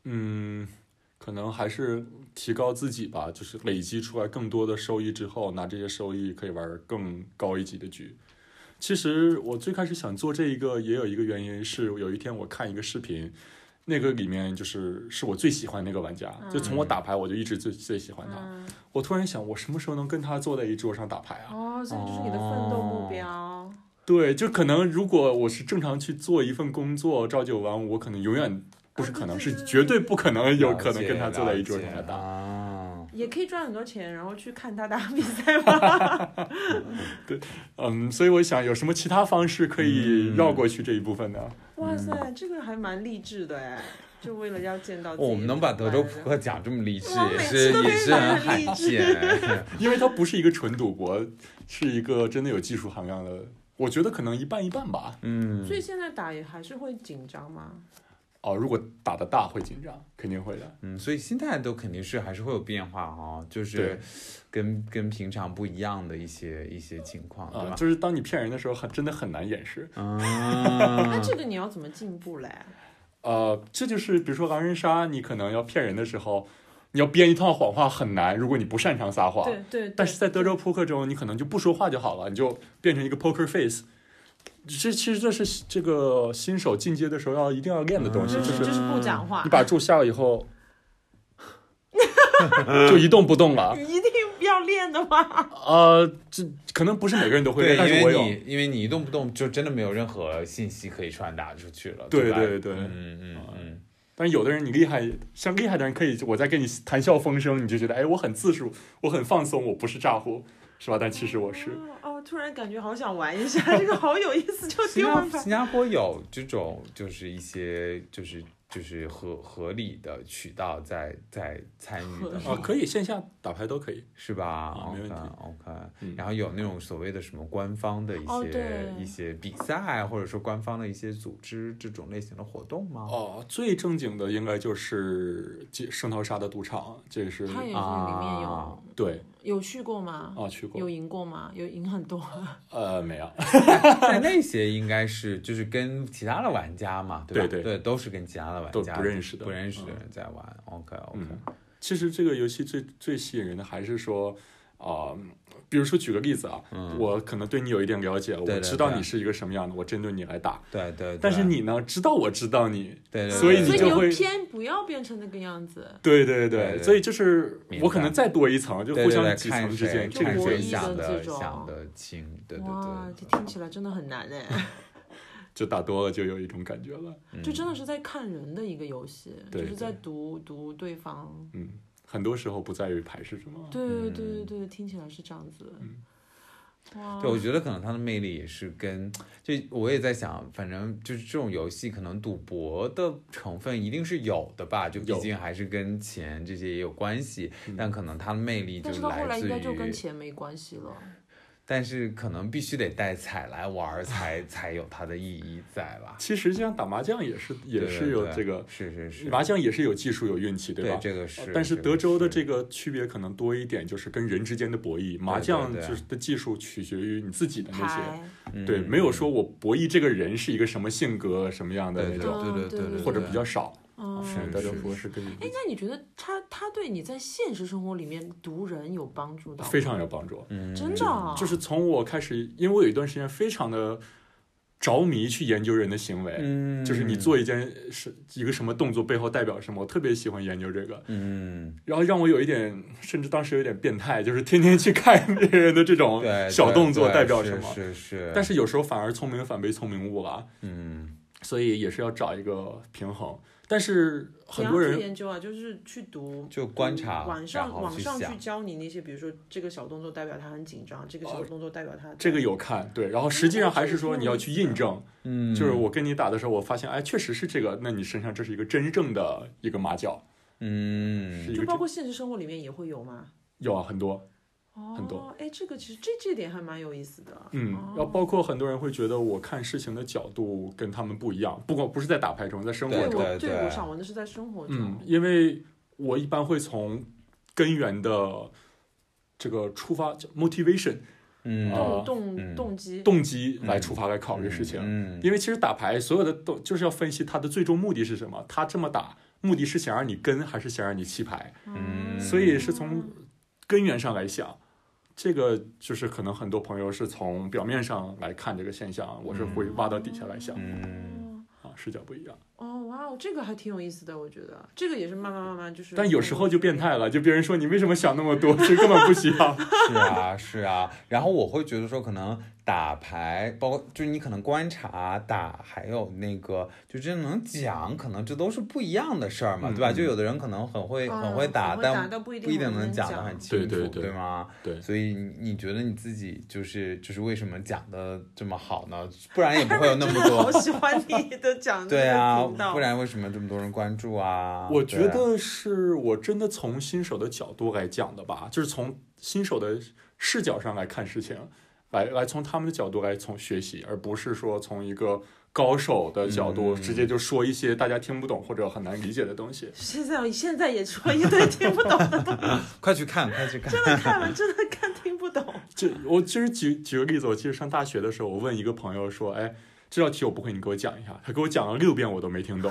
Speaker 3: 嗯，可能还是提高自己吧，就是累积出来更多的收益之后，拿这些收益可以玩更高一级的局。其实我最开始想做这一个，也有一个原因是，有一天我看一个视频，那个里面就是是我最喜欢那个玩家，就从我打牌我就一直最最喜欢他。
Speaker 2: 嗯，
Speaker 3: 我突然想，我什么时候能跟他坐在一桌上打牌啊？
Speaker 2: 哦，所以就是你的奋斗目标。
Speaker 3: 对，就可能如果我是正常去做一份工作，朝九晚五，我可能永远不是可能，
Speaker 2: 啊对对
Speaker 3: 是
Speaker 2: 对
Speaker 3: 绝对不可能有
Speaker 1: 了
Speaker 3: 可能
Speaker 1: 解
Speaker 3: 跟他坐在一桌
Speaker 1: 了
Speaker 3: 上
Speaker 1: 解
Speaker 3: 来打。
Speaker 1: 啊，
Speaker 2: 也可以赚很多钱，然后去看他打比 赛吧。
Speaker 3: 嗯，所以我想有什么其他方式可以
Speaker 1: 嗯
Speaker 3: 绕过去这一部分呢？
Speaker 2: 哇塞，这个还蛮励志的哎，就为了要见到自己的
Speaker 1: 哦
Speaker 3: 哦
Speaker 1: 我们能把德州扑克讲这么励志，也是
Speaker 2: 我每次都
Speaker 1: 也
Speaker 2: 被
Speaker 1: 是很
Speaker 2: 打得
Speaker 1: 罕
Speaker 2: 励志
Speaker 1: 见。
Speaker 3: 因为它不是一个纯赌博，是一个真的有技术含量的。我觉得可能一半一半吧。
Speaker 1: 嗯
Speaker 2: 伴，所以现在打也还是会紧张吗？
Speaker 3: 哦，如果打的大会紧张，肯定会的。
Speaker 1: 嗯，所以心态都肯定是还是会有变化哈、就是
Speaker 3: 对
Speaker 1: 跟跟平常不一样的一些一些情况，对
Speaker 3: 啊、
Speaker 1: 吧？
Speaker 3: 就是当你骗人的时候很，真的很难掩饰。
Speaker 2: 那
Speaker 3: 嗯
Speaker 1: 啊，
Speaker 2: 这个你要怎么进步嘞？
Speaker 3: 呃，这就是比如说狼人杀，你可能要骗人的时候，你要编一套谎话很难，如果你不擅长撒谎。
Speaker 2: 对对，
Speaker 3: 但是在德州扑克中，你可能就不说话就好了，你就变成一个 poker face。这其实这是这个新手进阶的时候要一定要练的东西，
Speaker 2: 就
Speaker 1: 嗯
Speaker 3: 就是
Speaker 2: 就是不啊讲话
Speaker 3: 你，把注下了以后， 就一动不动了。
Speaker 2: 一定要练的吗？
Speaker 3: 呃，这可能不是每个人都会
Speaker 1: 对，
Speaker 3: 练，但是
Speaker 1: 因
Speaker 3: 我
Speaker 1: 为
Speaker 3: 有。
Speaker 1: 你因为你一动不动，就真的没有任何信息可以传达出去了，
Speaker 3: 对
Speaker 1: 吧？
Speaker 3: 对对
Speaker 1: 嗯嗯嗯，
Speaker 3: 但是有的人你厉害，像厉害的人可以，我在跟你谈笑风生，你就觉得哎，我很自如，我很放松，我不是诈唬，是吧？但 其实我是。
Speaker 2: 哦哦，突然感觉好想玩一下， 这个好有意思，就
Speaker 1: 新
Speaker 2: 丢了
Speaker 1: 加
Speaker 2: 吧。
Speaker 1: 新加坡有这种就是一些就是就是合合理的渠道在在参与的
Speaker 3: 啊，
Speaker 1: 吗
Speaker 3: 可以线下打牌都可以。
Speaker 1: 是吧
Speaker 3: 啊没问题
Speaker 1: o k OK，、
Speaker 3: 嗯
Speaker 1: 然后有那种所谓的什么官方的一些、
Speaker 2: 哦对
Speaker 1: 一些比赛，啊或者说官方的一些组织这种类型的活动吗？
Speaker 3: 哦，最正经的应该就是这圣淘沙的赌场，这个是
Speaker 2: 他也是里面
Speaker 1: 啊
Speaker 2: 有
Speaker 3: 对
Speaker 2: 有去过吗？
Speaker 3: 啊去
Speaker 2: 有
Speaker 3: 过，
Speaker 2: 赢过吗？有赢很多。
Speaker 3: 呃没有，
Speaker 1: 但那些应该是就是跟其他的玩家嘛，对吧？
Speaker 3: 对对
Speaker 1: 都是跟其他的玩
Speaker 3: 都
Speaker 1: 家
Speaker 3: 不认识的
Speaker 1: 不认识的人在玩。OK OK，、
Speaker 3: 嗯，其实这个游戏最最吸引人的还是说啊、比如说举个例子啊，
Speaker 1: 嗯
Speaker 3: 我可能对你有一点了解了，
Speaker 1: 对对
Speaker 3: 我知道
Speaker 1: 对
Speaker 3: 你是一个什么样的，我针对你来打，
Speaker 1: 对对对。
Speaker 3: 但是你呢，知道我知道你，
Speaker 1: 对对对，
Speaker 3: 所以
Speaker 2: 所
Speaker 3: 你
Speaker 2: 以
Speaker 3: 就
Speaker 2: 你又
Speaker 3: 会
Speaker 2: 偏不要变成那个样子，
Speaker 3: 对对
Speaker 1: 对对
Speaker 3: 所以就是
Speaker 1: 明白
Speaker 3: 我可能再多一层，就
Speaker 1: 对
Speaker 3: 互
Speaker 1: 对对
Speaker 3: 相几
Speaker 1: 看
Speaker 3: 层之
Speaker 1: 谁
Speaker 3: 间，这
Speaker 1: 看
Speaker 3: 个
Speaker 2: 博
Speaker 1: 谁
Speaker 3: 是
Speaker 2: 弈
Speaker 1: 想
Speaker 2: 的
Speaker 1: 的
Speaker 2: 这种
Speaker 1: 想的清，对对
Speaker 2: 哇，这
Speaker 1: 对，
Speaker 2: 听起来真的很难哎，
Speaker 3: 就打多了就有一种感觉了，
Speaker 1: 嗯
Speaker 2: 就真的是在看人的一个游戏，就
Speaker 3: 对
Speaker 2: 是在读读对方。
Speaker 3: 嗯，很多时候不在于牌是什么，
Speaker 2: 对对对对对，听起来是这样子。哇
Speaker 1: 对，我觉得可能它的魅力也是跟，就我也在想，反正就是这种游戏，可能赌博的成分一定是有的吧，就毕
Speaker 3: 有嗯
Speaker 1: 竟还是跟钱这些也有关系，但可能它的魅力就
Speaker 4: 但是到后来
Speaker 1: 来
Speaker 4: 应
Speaker 1: 自
Speaker 4: 该就跟
Speaker 1: 于，
Speaker 4: 钱没关系了。
Speaker 1: 但是可能必须得带彩来玩儿才才有它的意义在吧，
Speaker 3: 其实像打麻将也是 也
Speaker 1: 对
Speaker 3: 是
Speaker 1: 对
Speaker 3: 有
Speaker 1: 对
Speaker 3: 这个，
Speaker 1: 是是是，
Speaker 3: 麻将也是有技术有运气，
Speaker 1: 对
Speaker 3: 吧？
Speaker 1: 这个是，
Speaker 3: 但是
Speaker 1: 这
Speaker 3: 德州的
Speaker 1: 是
Speaker 3: 这个区别可能多一点，就是跟人之间的博弈，麻将
Speaker 1: 对对
Speaker 3: 就是的技术取决于你自己的那些，
Speaker 4: 牌，
Speaker 3: 对，
Speaker 1: 嗯
Speaker 3: 没有说我博弈这个人是一个什么性格什么样的
Speaker 1: 对对
Speaker 3: 那种，
Speaker 4: 嗯
Speaker 1: 哦对对
Speaker 4: 对
Speaker 1: 对对，
Speaker 4: 对
Speaker 3: 或者
Speaker 1: 对
Speaker 3: 比较少。
Speaker 2: 嗯
Speaker 1: 是
Speaker 3: 嗯，德州扑克是跟你
Speaker 4: 哎，那你觉得他他对你在现实生活里面读人有帮助到吗？
Speaker 3: 非常有帮助。
Speaker 1: 嗯
Speaker 4: 真的啊，
Speaker 3: 就是从我开始，因为我有一段时间非常的着迷去研究人的行为，
Speaker 1: 嗯，
Speaker 3: 就是你做一件是一个什么动作背后代表什么，我特别喜欢研究这个，
Speaker 1: 嗯，
Speaker 3: 然后让我有一点，甚至当时有点变态，就是天天去看别人的这种
Speaker 1: 对，
Speaker 3: 小
Speaker 1: 对
Speaker 3: 动作
Speaker 1: 对
Speaker 3: 代表
Speaker 1: 是
Speaker 3: 什么。
Speaker 1: 是是，
Speaker 3: 但
Speaker 1: 是
Speaker 3: 是有时候反而聪明反被聪明误了，
Speaker 1: 嗯
Speaker 3: 所以也是要找一个平衡。但是
Speaker 2: 你
Speaker 3: 很
Speaker 2: 要
Speaker 3: 多
Speaker 2: 去
Speaker 3: 人
Speaker 2: 研究啊，就是去读，
Speaker 1: 就观察
Speaker 2: 嗯网
Speaker 1: 然
Speaker 2: 上
Speaker 1: 后
Speaker 2: 网
Speaker 1: 去
Speaker 2: 上去
Speaker 1: 想哦
Speaker 2: 教你那些，比如说这个小动作代表他很紧张，这个小动作代表他
Speaker 3: 这个有看对，然后实际上还是说你要去印证，
Speaker 1: 嗯，
Speaker 3: 就是我跟你打的时候，我发现哎，确实是这个，那你身上这是一个真正的一个马脚，
Speaker 1: 嗯
Speaker 3: 是一
Speaker 2: 就
Speaker 3: 个
Speaker 2: 包
Speaker 3: 真
Speaker 2: 括现实生活里面也会有吗？
Speaker 3: 有啊很多，
Speaker 2: 哦，
Speaker 3: 很多
Speaker 2: 哎，这个其实这这点还蛮有意思的。哦
Speaker 3: 嗯，然后包括很多人会觉得我看事情的角度跟他们不一样，不光不是在打牌中，在生活
Speaker 2: 对，
Speaker 3: 中，
Speaker 1: 对
Speaker 2: 我
Speaker 1: 对
Speaker 2: 我想玩的是在生活中。
Speaker 3: 嗯，因为我一般会从根源的这个出发叫 motivation
Speaker 1: 嗯
Speaker 3: 啊
Speaker 2: 动
Speaker 1: 嗯
Speaker 2: 动
Speaker 3: 呃
Speaker 2: 动机，哦
Speaker 3: 动机来出发来考虑事情，
Speaker 1: 嗯，
Speaker 3: 因为其实打牌所有的都就是要分析它的最终目的是什么，他这么打目的是想让你跟还是想让你弃牌，
Speaker 1: 嗯
Speaker 3: 所以是从根源上来想。这个就是可能很多朋友是从表面上来看这个现象，我是会挖到底下来想、
Speaker 1: 嗯
Speaker 3: 啊，视角不一样。
Speaker 2: 哦，哇哦，这个还挺有意思的，我觉得这个也是慢慢慢慢就是。
Speaker 3: 但有时候就变态了，就别人说你为什么想那么多，其实根本不需要。
Speaker 1: 是啊是啊，然后我会觉得说可能打牌，包括就是你可能观察啊打，还有那个就真的能讲，可能这都是不一样的事儿嘛，对
Speaker 3: 嗯
Speaker 1: 吧？就有的人可能很会
Speaker 2: 嗯
Speaker 1: 很会打，
Speaker 2: 很会打
Speaker 1: 但
Speaker 2: 但不一定
Speaker 1: 不一定能
Speaker 2: 能
Speaker 1: 讲的
Speaker 2: 讲
Speaker 1: 很清楚，
Speaker 3: 对对对
Speaker 1: 吗？
Speaker 3: 对
Speaker 1: 所以你你觉得你自己就是就是为什么讲的这么好呢？不然也不会有那么
Speaker 2: 真的好
Speaker 1: 多。
Speaker 2: 喜欢你的讲
Speaker 1: 对啊，
Speaker 2: 频道
Speaker 1: 不然为什么这么多人关注啊？
Speaker 3: 我觉
Speaker 1: 对
Speaker 3: 得是我真的从新手的角度来讲的吧，就是从新手的视角上来看事情，来来从他们的角度来从学习，而不是说从一个高手的角度
Speaker 1: 嗯
Speaker 3: 直接就说一些大家听不懂或者很难理解的东西。
Speaker 2: 现在现在也说一堆听不懂的东西，
Speaker 1: 快去看，快 去看。
Speaker 2: 真的看了真的看听不懂。
Speaker 3: 就我其实举举个例子，我记得上大学的时候，我问一个朋友说：“哎，这道题我不会，你给我讲一下。”他给我讲了六遍，我都没听 懂。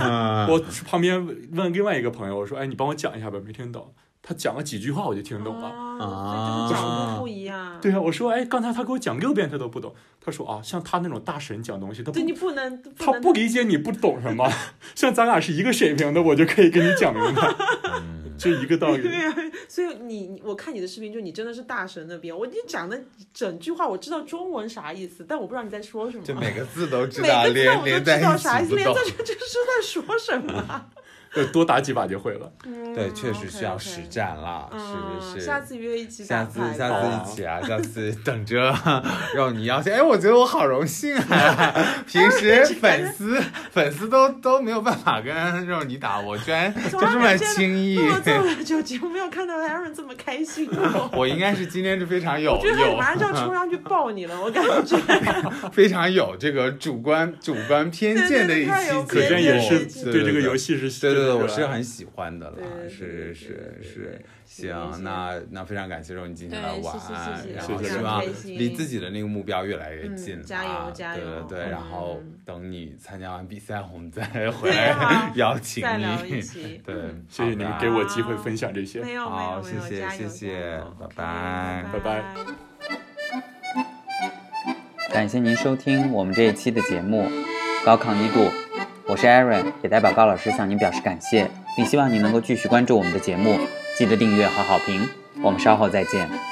Speaker 3: 我旁边问另外一个朋友我说：“哎，你帮我讲一下吧，没听懂。”他讲了几句话我就听懂了。
Speaker 2: 啊，所以就是角度不一样。
Speaker 3: 对啊，我说，哎，刚才他给我讲六遍，他都不懂。他说啊，像他那种大神讲东西，他不
Speaker 2: 对，你不能
Speaker 3: 他
Speaker 2: 能
Speaker 3: 不理解你不懂什么。 像咱俩是一个水平的，我就可以跟你讲明白，
Speaker 1: 嗯
Speaker 3: 就一个道理。
Speaker 2: 对啊， 所以你你我看你的视频，就你真的是大神那边，我你讲的整句话我知道中文啥意思，但我不知道你在说什么。
Speaker 1: 就每个字都知
Speaker 2: 每
Speaker 1: 道，
Speaker 2: 个字
Speaker 1: 连
Speaker 2: 我
Speaker 1: 连
Speaker 2: 都
Speaker 1: 在
Speaker 2: 知道
Speaker 1: 一
Speaker 2: 啥意
Speaker 1: 起
Speaker 2: 思，
Speaker 1: 不
Speaker 2: 连
Speaker 1: 懂
Speaker 2: 在。这这是在说什么。
Speaker 3: 就多打几把就会了。
Speaker 2: 嗯
Speaker 1: 对，确实需要实。
Speaker 2: OK，OK
Speaker 1: 战啦， 是
Speaker 2: 嗯，
Speaker 1: 是是。
Speaker 2: 下次约一起
Speaker 1: 下
Speaker 2: 打
Speaker 1: 次
Speaker 2: 牌吧。
Speaker 1: 下
Speaker 3: 吧
Speaker 1: 次一起啊，下次等着让你邀请。哎，我觉得我好荣幸啊！平 时粉丝粉丝都都没有办法跟肉你打，我居 然就
Speaker 2: 从
Speaker 1: 这
Speaker 2: 来
Speaker 1: 么
Speaker 2: 没见到
Speaker 1: 轻易
Speaker 2: 录。了这么久节目，没有看到 Aaron 这么开心过。
Speaker 1: 我应该是今天是非常有
Speaker 2: 我觉得他
Speaker 1: 有
Speaker 2: 马上就要冲上去抱你了，我感觉。
Speaker 1: 非常有这个主观主观偏
Speaker 2: 对对
Speaker 1: 见的
Speaker 2: 对
Speaker 1: 一
Speaker 2: 太
Speaker 1: 期节目，
Speaker 2: 有
Speaker 3: 可
Speaker 2: 偏
Speaker 3: 见
Speaker 2: 见
Speaker 3: 也
Speaker 2: 了
Speaker 3: 是
Speaker 1: 对
Speaker 3: 对这个游戏是
Speaker 1: 对对对，我是
Speaker 3: 是
Speaker 1: 很喜欢的啦
Speaker 2: 对，对
Speaker 1: 是
Speaker 2: 对
Speaker 1: 是
Speaker 2: 对
Speaker 1: 是
Speaker 2: 对，谢
Speaker 1: 行，
Speaker 2: 谢
Speaker 1: 那那非常感谢肉你今天来
Speaker 4: 对谢
Speaker 1: 玩
Speaker 4: 谢，谢谢
Speaker 1: 然后
Speaker 3: 谢
Speaker 1: 希
Speaker 3: 谢
Speaker 1: 望
Speaker 2: 非常开心
Speaker 1: 离自己的那个目标越来越
Speaker 2: 嗯
Speaker 1: 近吧，啊
Speaker 2: 加油加油
Speaker 1: 对对对，
Speaker 2: 嗯
Speaker 1: 然后等你参加完比赛，我们再回
Speaker 2: 对
Speaker 1: 来
Speaker 2: 啊
Speaker 1: 邀请
Speaker 2: 再聊一
Speaker 1: 你，
Speaker 2: 期。
Speaker 1: 对，
Speaker 3: 谢谢你们给我机会分享这些。
Speaker 2: 没有没
Speaker 1: 好
Speaker 2: 有没有，
Speaker 1: 谢谢
Speaker 2: 加
Speaker 1: 谢
Speaker 2: 油
Speaker 1: 谢
Speaker 2: 加油
Speaker 1: 拜
Speaker 2: OK，
Speaker 1: 拜
Speaker 3: 拜拜
Speaker 2: 拜。
Speaker 5: 感谢您收听我们这一期的节目《高亢一度》，我是 Aaron，也代表高老师向您表示感谢，并希望您能够继续关注我们的节目，记得订阅和好评。我们稍后再见。